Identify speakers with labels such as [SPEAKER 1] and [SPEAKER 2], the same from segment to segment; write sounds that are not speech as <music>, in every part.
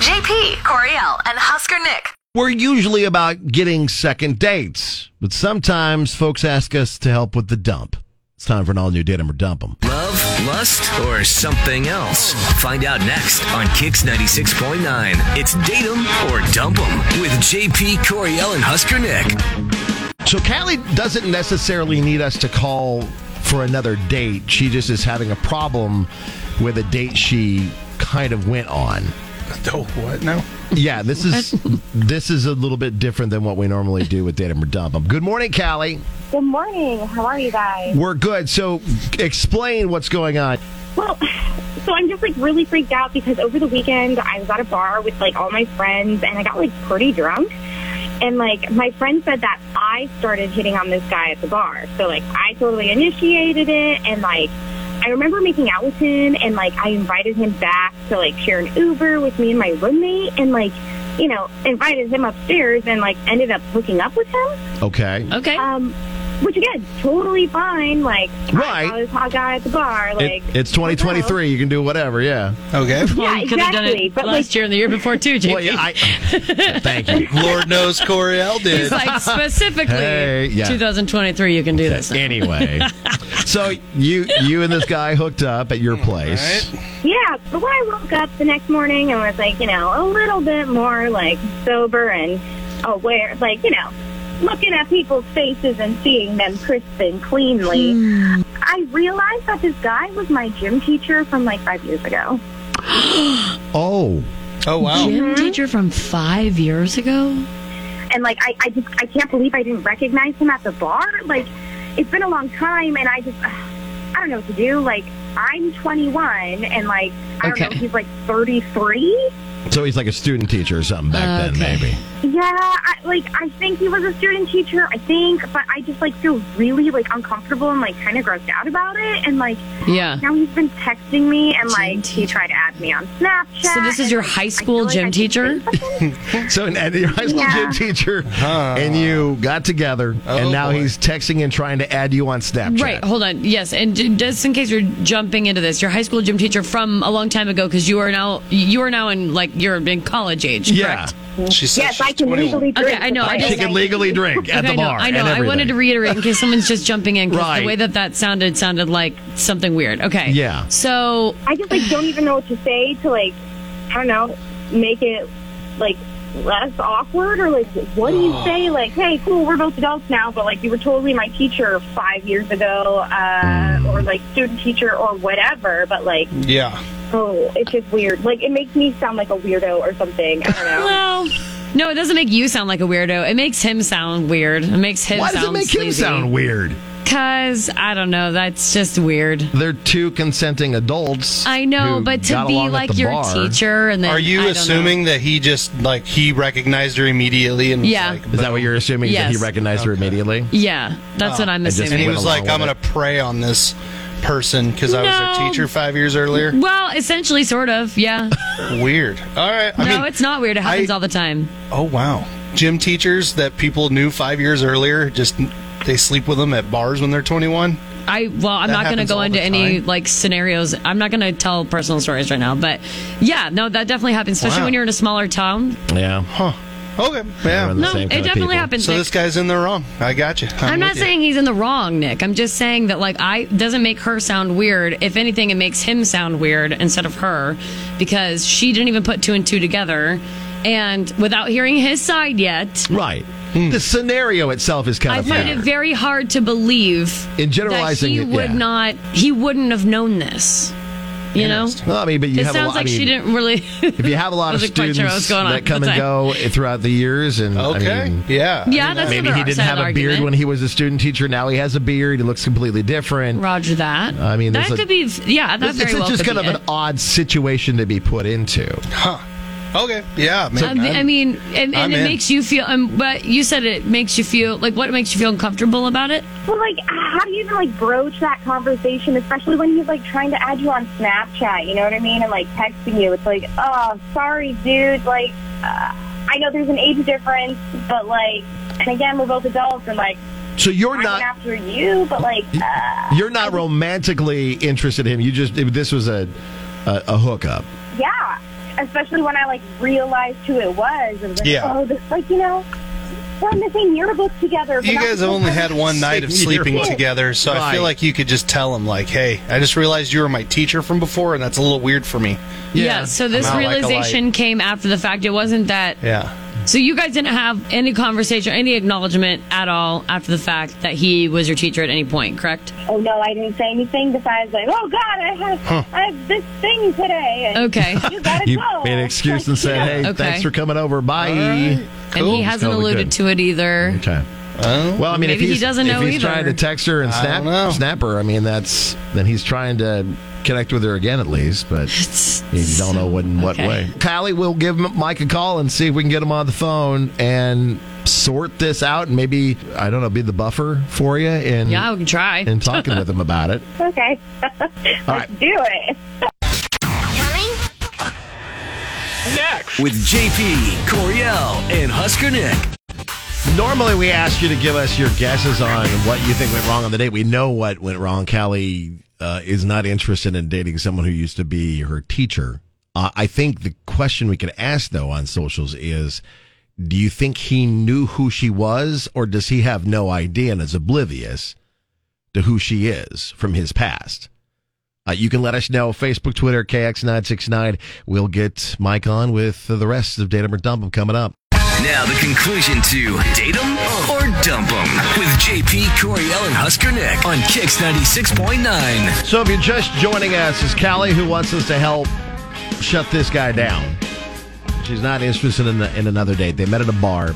[SPEAKER 1] JP, Coriel, and Husker Nick.
[SPEAKER 2] We're usually about getting second dates, but sometimes folks ask us to help with the dump. It's time for an all new Datum or Dump 'em.
[SPEAKER 3] Love, lust, or something else? Find out next on Kix 96.9. It's Date 'em or Dump 'em with JP Coriel and Husker Nick.
[SPEAKER 2] So Callie doesn't necessarily need us to call for another date. She just is having a problem with a date she kind of went on.
[SPEAKER 4] <laughs> Oh, what now?
[SPEAKER 2] Yeah, this is this is a little bit different than what we normally do with Datum or Dump 'em. Good morning, Callie.
[SPEAKER 5] Good morning. How are you guys?
[SPEAKER 2] We're good. So explain what's going on.
[SPEAKER 5] Well, so I'm just like really freaked out because over the weekend I was at a bar with like all my friends and I got like pretty drunk. And like my friend said that I started hitting on this guy at the bar. So like I totally initiated it and like I remember making out with him and like I invited him back to like share an Uber with me and my roommate and like, you know, invited him upstairs and like ended up hooking up with him.
[SPEAKER 2] Okay.
[SPEAKER 6] Okay.
[SPEAKER 5] Um, which again, totally fine. Like,
[SPEAKER 2] Right.
[SPEAKER 5] I saw this hot guy at the bar. Like,
[SPEAKER 2] It, it's 2023. You can do whatever. Yeah.
[SPEAKER 4] Okay.
[SPEAKER 6] well,
[SPEAKER 5] yeah,
[SPEAKER 6] you could have done
[SPEAKER 5] exactly,
[SPEAKER 6] it
[SPEAKER 5] but,
[SPEAKER 6] last
[SPEAKER 5] like-
[SPEAKER 6] year and the year before too, JP.
[SPEAKER 2] Well, yeah. I, <laughs> thank you.
[SPEAKER 4] Lord knows Coriel
[SPEAKER 6] He's
[SPEAKER 4] did.
[SPEAKER 6] like specifically
[SPEAKER 2] Hey, yeah.
[SPEAKER 6] 2023. You can do this. now.
[SPEAKER 2] <laughs> Anyway, so you you and this guy hooked up at your place.
[SPEAKER 5] yeah. But when I woke up the next morning and was like, you know, a little bit more like sober and aware, like, you know, looking at people's faces and seeing them crisp and cleanly,
[SPEAKER 2] Hmm.
[SPEAKER 5] I realized that this guy was my gym teacher from like five years ago.
[SPEAKER 2] Oh,
[SPEAKER 4] Oh wow.
[SPEAKER 6] Gym teacher from five years ago.
[SPEAKER 5] and like I, I just I can't believe I didn't recognize him at the bar. Like it's been a long time, and I just I don't know what to do. Like I'm 21, and like I don't
[SPEAKER 6] Okay.
[SPEAKER 5] know, he's like 33.
[SPEAKER 2] so he's like a student teacher or something back then,
[SPEAKER 6] Okay.
[SPEAKER 2] maybe.
[SPEAKER 5] Yeah, I, like I think he was a student teacher. I think, but I just like feel really like uncomfortable and like kind of grossed out about it. And like
[SPEAKER 6] Yeah.
[SPEAKER 5] now he's been texting me, and
[SPEAKER 6] Gym
[SPEAKER 5] like he
[SPEAKER 6] teacher.
[SPEAKER 5] tried to add me on Snapchat.
[SPEAKER 6] So this is
[SPEAKER 5] and,
[SPEAKER 6] your
[SPEAKER 5] like,
[SPEAKER 6] high
[SPEAKER 5] I
[SPEAKER 6] school
[SPEAKER 5] feel like
[SPEAKER 6] gym
[SPEAKER 5] I should
[SPEAKER 6] teacher?
[SPEAKER 5] say
[SPEAKER 2] <laughs>
[SPEAKER 5] something.
[SPEAKER 2] So and- and your high school
[SPEAKER 5] Yeah.
[SPEAKER 2] gym teacher and you got together, and
[SPEAKER 4] Oh,
[SPEAKER 2] now
[SPEAKER 4] boy.
[SPEAKER 2] he's texting and trying to add you on Snapchat.
[SPEAKER 6] Right. Hold on. Yes, and j- just in case you're jumping into this, your high school gym teacher from a long time ago, because you are now you are now in like you're in college age.
[SPEAKER 2] Yeah.
[SPEAKER 6] Correct?
[SPEAKER 4] She said
[SPEAKER 5] yes,
[SPEAKER 4] she's
[SPEAKER 5] I can
[SPEAKER 4] 21.
[SPEAKER 5] legally.
[SPEAKER 6] Okay,
[SPEAKER 5] drink,
[SPEAKER 6] I know,
[SPEAKER 5] but
[SPEAKER 6] I
[SPEAKER 2] She
[SPEAKER 6] just-
[SPEAKER 2] can legally drink at
[SPEAKER 6] Okay,
[SPEAKER 2] the bar.
[SPEAKER 6] I know.
[SPEAKER 2] and
[SPEAKER 6] I know. I wanted to
[SPEAKER 2] everything.
[SPEAKER 6] reiterate in case someone's just jumping in because
[SPEAKER 2] Right.
[SPEAKER 6] the way that that sounded sounded like something weird. Okay.
[SPEAKER 2] Yeah.
[SPEAKER 6] So
[SPEAKER 5] I just like don't even know what to say to like I don't know make it like less awkward or like what do you say like hey cool we're both adults now but like you were totally my teacher five years ago uh, or like student teacher or whatever but like
[SPEAKER 4] Yeah.
[SPEAKER 5] oh it's just weird like it makes me sound like a weirdo or something I don't know
[SPEAKER 6] well. No, it doesn't make you sound like a weirdo. It makes him sound weird. It makes him
[SPEAKER 2] Why
[SPEAKER 6] sound
[SPEAKER 2] does it make him
[SPEAKER 6] sleazy.
[SPEAKER 2] sound weird?
[SPEAKER 6] Cause I don't know. That's just weird.
[SPEAKER 2] They're two consenting adults.
[SPEAKER 6] I know,
[SPEAKER 2] who
[SPEAKER 6] but to
[SPEAKER 2] got
[SPEAKER 6] be
[SPEAKER 2] along at
[SPEAKER 6] like
[SPEAKER 2] the
[SPEAKER 6] your
[SPEAKER 2] bar.
[SPEAKER 6] teacher and then
[SPEAKER 4] Are you
[SPEAKER 6] I don't know.
[SPEAKER 4] assuming that he just like he recognized her immediately and was
[SPEAKER 6] Yeah.
[SPEAKER 4] like,
[SPEAKER 2] Is that what you're assuming? is That
[SPEAKER 6] Yes.
[SPEAKER 2] he recognized her immediately.
[SPEAKER 6] Yeah, that's what I'm
[SPEAKER 2] I just-
[SPEAKER 6] assuming.
[SPEAKER 4] And he
[SPEAKER 2] Went
[SPEAKER 4] was
[SPEAKER 2] along
[SPEAKER 4] like,
[SPEAKER 2] with
[SPEAKER 4] I'm
[SPEAKER 2] it.
[SPEAKER 4] going to prey on this person because I was
[SPEAKER 6] No.
[SPEAKER 4] their teacher five years earlier.
[SPEAKER 6] Well, essentially, sort of. Yeah.
[SPEAKER 4] Weird. All right. <laughs> I
[SPEAKER 6] no,
[SPEAKER 4] mean,
[SPEAKER 6] it's not weird. It happens
[SPEAKER 4] I-
[SPEAKER 6] all the time.
[SPEAKER 4] oh wow. Gym teachers that people knew five years earlier just they sleep with them at bars when they're 21.
[SPEAKER 6] I well,
[SPEAKER 4] That
[SPEAKER 6] I'm not going to
[SPEAKER 4] happens
[SPEAKER 6] go
[SPEAKER 4] all
[SPEAKER 6] into
[SPEAKER 4] the
[SPEAKER 6] any
[SPEAKER 4] time.
[SPEAKER 6] like scenarios. I'm not going to tell personal stories right now, but yeah, no, that definitely happens, especially
[SPEAKER 4] Wow.
[SPEAKER 6] when you're in a smaller town.
[SPEAKER 2] Yeah.
[SPEAKER 4] Okay.
[SPEAKER 2] They're
[SPEAKER 4] Yeah.
[SPEAKER 2] the
[SPEAKER 6] No,
[SPEAKER 2] same
[SPEAKER 6] it
[SPEAKER 2] kind of
[SPEAKER 6] definitely
[SPEAKER 2] people.
[SPEAKER 6] happens.
[SPEAKER 4] So
[SPEAKER 6] Nick.
[SPEAKER 4] this guy's in the wrong. I got you.
[SPEAKER 6] I'm not
[SPEAKER 4] with you.
[SPEAKER 6] saying he's in the wrong, Nick. I'm just saying that like I doesn't make her sound weird. If anything, it makes him sound weird instead of her because she didn't even put two and two together. And without hearing his side yet,
[SPEAKER 2] Right.
[SPEAKER 4] Hmm.
[SPEAKER 2] The scenario itself is kind
[SPEAKER 6] I
[SPEAKER 2] of
[SPEAKER 6] find
[SPEAKER 2] weird.
[SPEAKER 6] it very hard to believe
[SPEAKER 2] In generalizing
[SPEAKER 6] that
[SPEAKER 2] it,
[SPEAKER 6] he would
[SPEAKER 2] yeah.
[SPEAKER 6] not, he wouldn't have known this. You know,
[SPEAKER 2] Well, I mean, but you
[SPEAKER 6] it
[SPEAKER 2] have a
[SPEAKER 6] sounds
[SPEAKER 2] lot.
[SPEAKER 6] like
[SPEAKER 2] I mean,
[SPEAKER 6] she didn't really.
[SPEAKER 2] If you have a
[SPEAKER 6] <laughs>
[SPEAKER 2] lot of
[SPEAKER 6] Wasn't quite
[SPEAKER 2] students
[SPEAKER 6] sure what was going on
[SPEAKER 2] that
[SPEAKER 6] at
[SPEAKER 2] come
[SPEAKER 6] the
[SPEAKER 2] and go throughout the years, and
[SPEAKER 4] Okay.
[SPEAKER 2] I mean,
[SPEAKER 4] yeah.
[SPEAKER 6] yeah, that's
[SPEAKER 2] maybe
[SPEAKER 6] another
[SPEAKER 2] he didn't
[SPEAKER 6] side
[SPEAKER 2] have a
[SPEAKER 6] argument.
[SPEAKER 2] beard when he was a student teacher. Now he has a beard. He looks completely different.
[SPEAKER 6] Roger that.
[SPEAKER 2] I mean,
[SPEAKER 6] that
[SPEAKER 2] there's a-
[SPEAKER 6] could be. Yeah, that
[SPEAKER 2] It's,
[SPEAKER 6] very
[SPEAKER 2] it's
[SPEAKER 6] well
[SPEAKER 2] just
[SPEAKER 6] could
[SPEAKER 2] kind of
[SPEAKER 6] be
[SPEAKER 2] an
[SPEAKER 6] it.
[SPEAKER 2] odd situation to be put into.
[SPEAKER 4] Okay. Yeah.
[SPEAKER 6] I mean- I mean, and,
[SPEAKER 4] I'm
[SPEAKER 6] and it
[SPEAKER 4] in.
[SPEAKER 6] makes you feel. Um, but you said it makes you feel like what makes you feel uncomfortable about it?
[SPEAKER 5] well like how do you even like broach that conversation especially when he's like trying to add you on Snapchat you know what I mean and like texting you it's like oh sorry dude like uh, I know there's an age difference but like and again we're both adults and like
[SPEAKER 2] So you're
[SPEAKER 5] I'm
[SPEAKER 2] not
[SPEAKER 5] after you but like uh,
[SPEAKER 2] you're not romantically interested in him. You just if this was a a, a hookup.
[SPEAKER 5] yeah especially when I like realized who it was. And like,
[SPEAKER 4] Yeah.
[SPEAKER 5] oh, this like you know, we're in the same yearbook together. but
[SPEAKER 4] You
[SPEAKER 5] not
[SPEAKER 4] guys
[SPEAKER 5] the
[SPEAKER 4] have
[SPEAKER 5] same
[SPEAKER 4] only
[SPEAKER 5] person.
[SPEAKER 4] had one night of
[SPEAKER 2] Same
[SPEAKER 4] sleeping
[SPEAKER 2] year.
[SPEAKER 4] together, so I feel
[SPEAKER 2] Right.
[SPEAKER 4] like you could just tell him, like, "Hey, I just realized you were my teacher from before, and that's a little weird for me."
[SPEAKER 6] Yeah.
[SPEAKER 2] Yeah.
[SPEAKER 6] so this
[SPEAKER 4] I'm out like a light.
[SPEAKER 6] realization came after the fact. It wasn't that.
[SPEAKER 4] Yeah,
[SPEAKER 6] So you guys didn't have any conversation, any acknowledgement at all after the fact that he was your teacher at any point, correct?
[SPEAKER 5] Oh no, I didn't say anything besides like, oh God, I have I have this thing today. And
[SPEAKER 6] Okay.
[SPEAKER 5] You gotta
[SPEAKER 2] You
[SPEAKER 5] go.
[SPEAKER 2] made an excuse and said, "Hey,
[SPEAKER 6] Okay.
[SPEAKER 2] thanks for coming over. Bye."
[SPEAKER 6] and he hasn't
[SPEAKER 2] Totally
[SPEAKER 6] alluded
[SPEAKER 2] good. Mm-hmm.
[SPEAKER 6] to it either.
[SPEAKER 2] Okay. well, I mean, if
[SPEAKER 6] Maybe he
[SPEAKER 2] he's,
[SPEAKER 6] doesn't
[SPEAKER 2] if
[SPEAKER 6] know
[SPEAKER 2] he's
[SPEAKER 6] either.
[SPEAKER 2] trying to text her and
[SPEAKER 4] I
[SPEAKER 2] snap
[SPEAKER 4] don't know.
[SPEAKER 2] snap her, I mean, that's then he's trying to connect with her again at least,
[SPEAKER 6] <laughs>
[SPEAKER 2] but you don't know what in what
[SPEAKER 6] okay.
[SPEAKER 2] way. Callie, we'll give M- Mike a call and see if we can get him on the phone and sort this out and maybe I don't know, be the buffer for you and
[SPEAKER 6] Yeah, we can try.
[SPEAKER 2] and talking with him about it.
[SPEAKER 5] <laughs> Okay,
[SPEAKER 2] <laughs> All
[SPEAKER 5] let's
[SPEAKER 2] right.
[SPEAKER 5] do it.
[SPEAKER 3] With JP, Coriel, and Husker Nick.
[SPEAKER 2] Normally, we ask you to give us your guesses on what you think went wrong on the date. We know what went wrong. Callie uh, is not interested in dating someone who used to be her teacher. Uh, I think the question we could ask, though, on socials is do you think he knew who she was, or does he have no idea and is oblivious to who she is from his past? Uh, you can let us know. Facebook, Twitter, KX969. We'll get Mike on with uh, the rest of Datum or Dump 'Em coming up.
[SPEAKER 3] Now the conclusion to date 'em or dump 'em with JP, Coriel, and Husker Nick on Kix 96.9.
[SPEAKER 2] So if you're just joining us, it's Callie who wants us to help shut this guy down. She's not interested in, in another date. They met at a bar,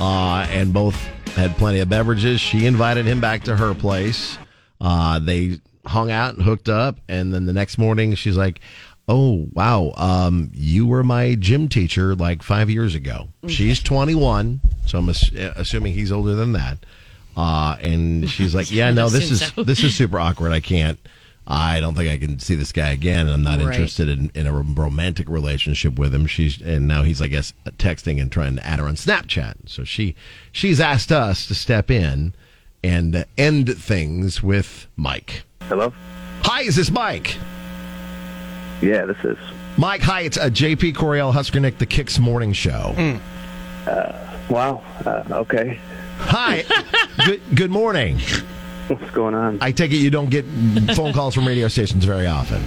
[SPEAKER 2] uh, and both had plenty of beverages. She invited him back to her place. Uh, they hung out and hooked up, and then the next morning she's like, "Oh wow, um, you were my gym teacher like five years ago." She's 21, so I'm ass- assuming he's older than that. Uh, and she's like, "Yeah, no, this
[SPEAKER 6] Assume
[SPEAKER 2] is
[SPEAKER 6] so.
[SPEAKER 2] this is super awkward. I can't. I don't think I can see this guy again. I'm not
[SPEAKER 6] Right.
[SPEAKER 2] interested in, in a romantic relationship with him. She's and now he's, I guess, texting and trying to add her on Snapchat. So she she's asked us to step in and uh, end things with Mike.
[SPEAKER 7] Hello?
[SPEAKER 2] Hi, is this Mike?
[SPEAKER 7] Yeah, this is.
[SPEAKER 2] Mike, hi, it's uh, JP Coriel Husker Nick, the Kicks Morning Show.
[SPEAKER 7] Wow. Uh, okay.
[SPEAKER 2] Hi, good good morning.
[SPEAKER 7] What's going on?
[SPEAKER 2] I take it you don't get phone calls from radio stations very often.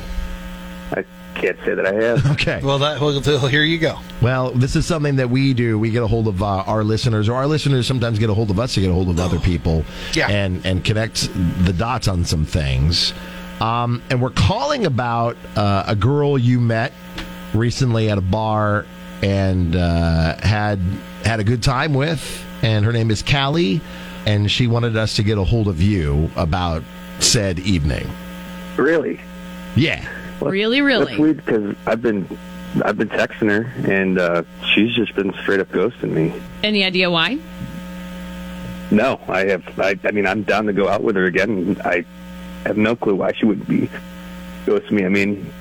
[SPEAKER 7] I can't say that I
[SPEAKER 6] <laughs>
[SPEAKER 7] have.
[SPEAKER 2] Okay.
[SPEAKER 4] well, that well, here you go.
[SPEAKER 2] Well, this is something that we do. We get a hold of uh, our listeners, or our listeners sometimes get a hold of us to get a hold of other people,
[SPEAKER 4] Yeah.
[SPEAKER 2] and and connect the dots on some things. Um, and we're calling about uh, a girl you met recently at a bar and uh, had had a good time with, and her name is Callie, and she wanted us to get a hold of you about said evening.
[SPEAKER 7] really?
[SPEAKER 2] Yeah.
[SPEAKER 6] Really,
[SPEAKER 7] That's
[SPEAKER 6] really.
[SPEAKER 7] weird because I've been, I've been texting her and uh, she's just been straight up ghosting me.
[SPEAKER 6] Any idea why?
[SPEAKER 7] No, I have. I, I mean, I'm down to go out with her again. I have no clue why she would be ghosting me. I mean,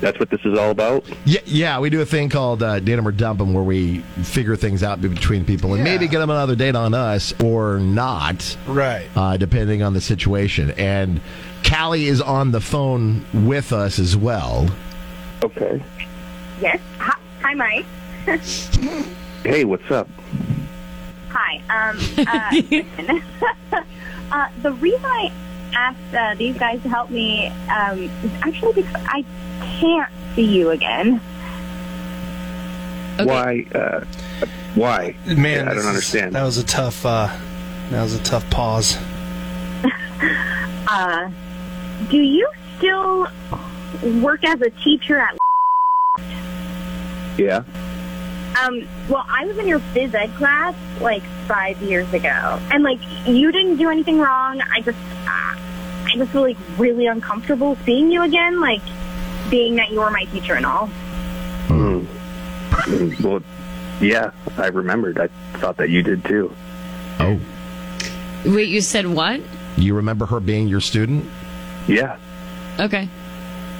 [SPEAKER 7] that's what this is all about.
[SPEAKER 2] Yeah, yeah, we do a thing called uh, date 'em or dump 'em, where we figure things out between people and
[SPEAKER 4] Yeah.
[SPEAKER 2] maybe get them another date on us or not,
[SPEAKER 4] Right.
[SPEAKER 2] uh, depending on the situation. And Callie is on the phone with us as well.
[SPEAKER 7] Okay.
[SPEAKER 5] Yes. Hi, hi Mike.
[SPEAKER 7] Hey, what's up?
[SPEAKER 5] Hi. Um, uh, listen. <laughs> uh, the reason I asked uh, these guys to help me um, is actually because I can't see you again.
[SPEAKER 6] Okay.
[SPEAKER 7] Why? Uh, why?
[SPEAKER 4] Man,
[SPEAKER 7] I
[SPEAKER 4] this
[SPEAKER 7] don't
[SPEAKER 4] is-
[SPEAKER 7] understand.
[SPEAKER 4] That was a tough. Uh, that was a tough pause.
[SPEAKER 5] Uh, Do you still work as a teacher at?
[SPEAKER 7] yeah.
[SPEAKER 5] Um, well, I was in your phys ed class like five years ago, and like you didn't do anything wrong. I just, uh, I just feel like really uncomfortable seeing you again, like being that you were my teacher and all.
[SPEAKER 7] Well, yeah, I remembered. I thought that you did too.
[SPEAKER 2] Oh,
[SPEAKER 6] Wait, you said what?
[SPEAKER 2] you remember her being your student?
[SPEAKER 7] Yeah,
[SPEAKER 6] Okay.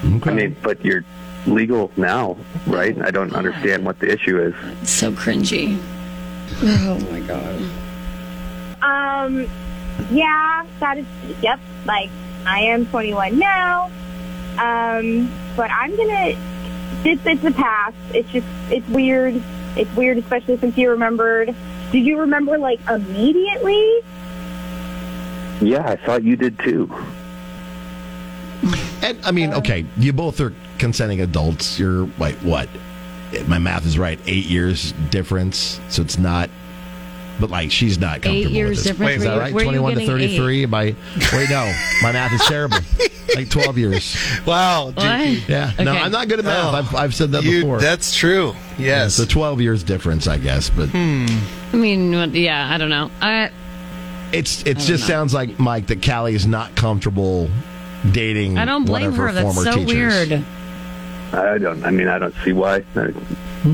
[SPEAKER 2] Okay.
[SPEAKER 7] I mean, but you're legal now, right? I don't understand what the issue is.
[SPEAKER 6] It's so cringy.
[SPEAKER 5] Um, yeah, that is, yep, like, I am 21 now. Um, but I'm gonna it's it's the past. It's just it's weird. It's weird, especially since you remembered. Did you remember like immediately?
[SPEAKER 7] Yeah, I thought you did too.
[SPEAKER 2] And I
[SPEAKER 6] Um,
[SPEAKER 2] mean, okay, you both are consenting adults. You're wait, what? If My math is right. Eight years difference, so it's not. But like, she's not comfortable.
[SPEAKER 6] Eight
[SPEAKER 2] with
[SPEAKER 6] years
[SPEAKER 2] this.
[SPEAKER 6] difference.
[SPEAKER 2] Is that
[SPEAKER 6] Where-
[SPEAKER 2] right?
[SPEAKER 6] where are you
[SPEAKER 2] Twenty-one to
[SPEAKER 6] getting eight?
[SPEAKER 2] thirty-three. My wait, no, my math is
[SPEAKER 6] <laughs>
[SPEAKER 2] terrible. like twelve years.
[SPEAKER 4] Wow,
[SPEAKER 6] What?
[SPEAKER 4] JP.
[SPEAKER 2] Yeah. No,
[SPEAKER 6] Okay.
[SPEAKER 2] I'm not good at math.
[SPEAKER 4] Oh.
[SPEAKER 2] I've, I've said that
[SPEAKER 4] You-
[SPEAKER 2] before.
[SPEAKER 4] that's true. Yes.
[SPEAKER 2] so twelve years difference, I guess. But
[SPEAKER 6] Hmm. I mean, what- yeah, I don't know. I
[SPEAKER 2] it's it just sounds like Mike that Callie is not comfortable dating.
[SPEAKER 6] I don't
[SPEAKER 2] one
[SPEAKER 6] blame
[SPEAKER 2] of her.
[SPEAKER 6] her. That's
[SPEAKER 2] Mm, former
[SPEAKER 6] so
[SPEAKER 2] teachers.
[SPEAKER 6] weird.
[SPEAKER 7] I don't. I mean, I don't see why. I,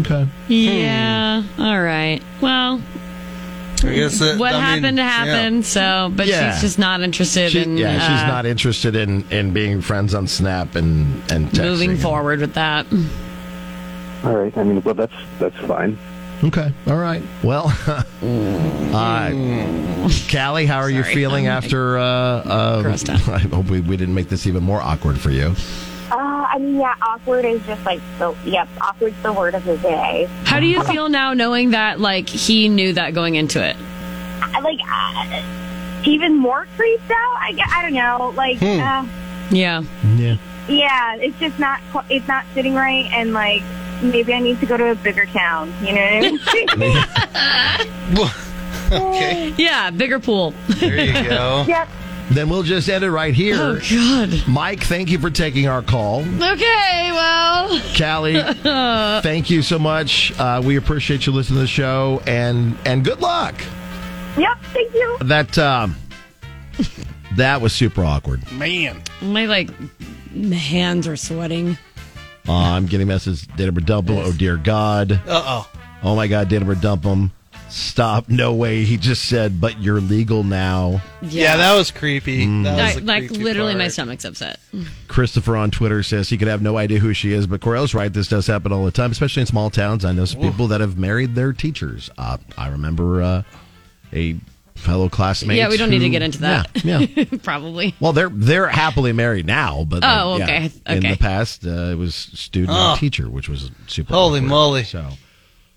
[SPEAKER 2] Okay.
[SPEAKER 6] Hmm. Yeah. All right. Well,
[SPEAKER 4] I guess that-
[SPEAKER 6] what
[SPEAKER 4] I mean,
[SPEAKER 6] happened happened. So, but
[SPEAKER 2] Yeah.
[SPEAKER 6] she's just not interested
[SPEAKER 2] She-
[SPEAKER 6] in
[SPEAKER 2] yeah, she's
[SPEAKER 6] uh,
[SPEAKER 2] not interested in in being friends on Snap and and texting.
[SPEAKER 6] moving forward with that.
[SPEAKER 7] all right. I mean, well, that's that's fine.
[SPEAKER 2] Okay, all right. Well, <laughs> uh, Callie, how are you
[SPEAKER 6] Sorry.
[SPEAKER 2] feeling
[SPEAKER 6] I'm, like,
[SPEAKER 2] after? Uh, uh,
[SPEAKER 6] grossed
[SPEAKER 2] <laughs>
[SPEAKER 6] out.
[SPEAKER 2] I hope we, we didn't make this even more awkward for you.
[SPEAKER 5] Uh, I mean, yeah, awkward is just like the yep, awkward's the word of the day.
[SPEAKER 6] How do you
[SPEAKER 2] Uh-huh.
[SPEAKER 6] feel now, knowing that like he knew that going into it?
[SPEAKER 5] I, like uh, even more creeped out. I gue- I don't know. Like, uh,
[SPEAKER 6] Yeah.
[SPEAKER 2] Yeah.
[SPEAKER 5] yeah, it's just not qu- it's not sitting right, and like maybe I need to go to a bigger town. You know <laughs> what I mean?
[SPEAKER 4] okay,
[SPEAKER 6] Yeah. Bigger pool.
[SPEAKER 4] there you go.
[SPEAKER 5] yep.
[SPEAKER 2] Then we'll just end it right here.
[SPEAKER 6] Oh God.
[SPEAKER 2] Mike, thank you for taking our call.
[SPEAKER 6] Okay. Well. <laughs>
[SPEAKER 2] Callie, thank you so much. Uh, we appreciate you listening to the show, and and good luck.
[SPEAKER 5] Yep. Thank you.
[SPEAKER 2] That um, <laughs> that was super awkward.
[SPEAKER 4] Man.
[SPEAKER 6] My like hands are sweating.
[SPEAKER 2] Uh, I'm getting messages. Databer double. Oh dear God.
[SPEAKER 4] Uh oh.
[SPEAKER 2] Oh my God, Danaber, dump him. Stop. No way. He just said, but you're legal now.
[SPEAKER 4] Yeah. that was creepy. That was the
[SPEAKER 6] I, Mm. like
[SPEAKER 4] creepy
[SPEAKER 6] literally, my
[SPEAKER 4] part.
[SPEAKER 6] stomach's upset. <laughs>
[SPEAKER 2] Christopher on Twitter says he could have no idea who she is, but Corell's right. This does happen all the time, especially in small towns. I know some people that have married their teachers. Uh, I remember uh, a fellow classmate.
[SPEAKER 6] Yeah, we don't need to
[SPEAKER 2] who-
[SPEAKER 6] get into that.
[SPEAKER 2] Yeah. yeah.
[SPEAKER 6] Probably.
[SPEAKER 2] Well, they're they're happily married now, but like,
[SPEAKER 6] Oh,
[SPEAKER 2] yeah,
[SPEAKER 6] okay,
[SPEAKER 2] in
[SPEAKER 6] okay.
[SPEAKER 2] the past uh, it was student
[SPEAKER 4] Oh.
[SPEAKER 2] and teacher, which was super.
[SPEAKER 4] Holy
[SPEAKER 2] awkward.
[SPEAKER 4] moly.
[SPEAKER 2] So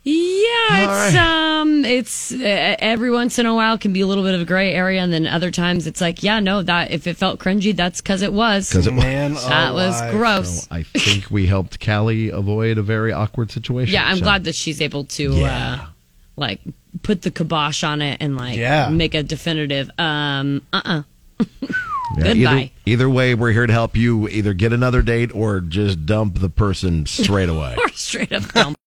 [SPEAKER 6] Yeah,
[SPEAKER 2] All right.
[SPEAKER 6] it's um, it's uh, every once in a while can be a little bit of a gray area, and then other times it's like, yeah, no, that if it felt cringy, that's because it was.
[SPEAKER 2] because it was. Oh,
[SPEAKER 4] Man
[SPEAKER 6] that was
[SPEAKER 4] alive.
[SPEAKER 6] gross.
[SPEAKER 2] I think we helped Callie avoid a very awkward situation.
[SPEAKER 6] yeah, I'm
[SPEAKER 2] so-
[SPEAKER 6] glad that she's able to,
[SPEAKER 2] Yeah.
[SPEAKER 6] uh, like, put the kibosh on it and like
[SPEAKER 4] Yeah.
[SPEAKER 6] make a definitive. Um, uh, uh
[SPEAKER 2] Yeah,
[SPEAKER 6] Goodbye.
[SPEAKER 2] Either, either way, we're here to help you either get another date or just dump the person straight away.
[SPEAKER 6] <laughs> or <laughs> straight up dump.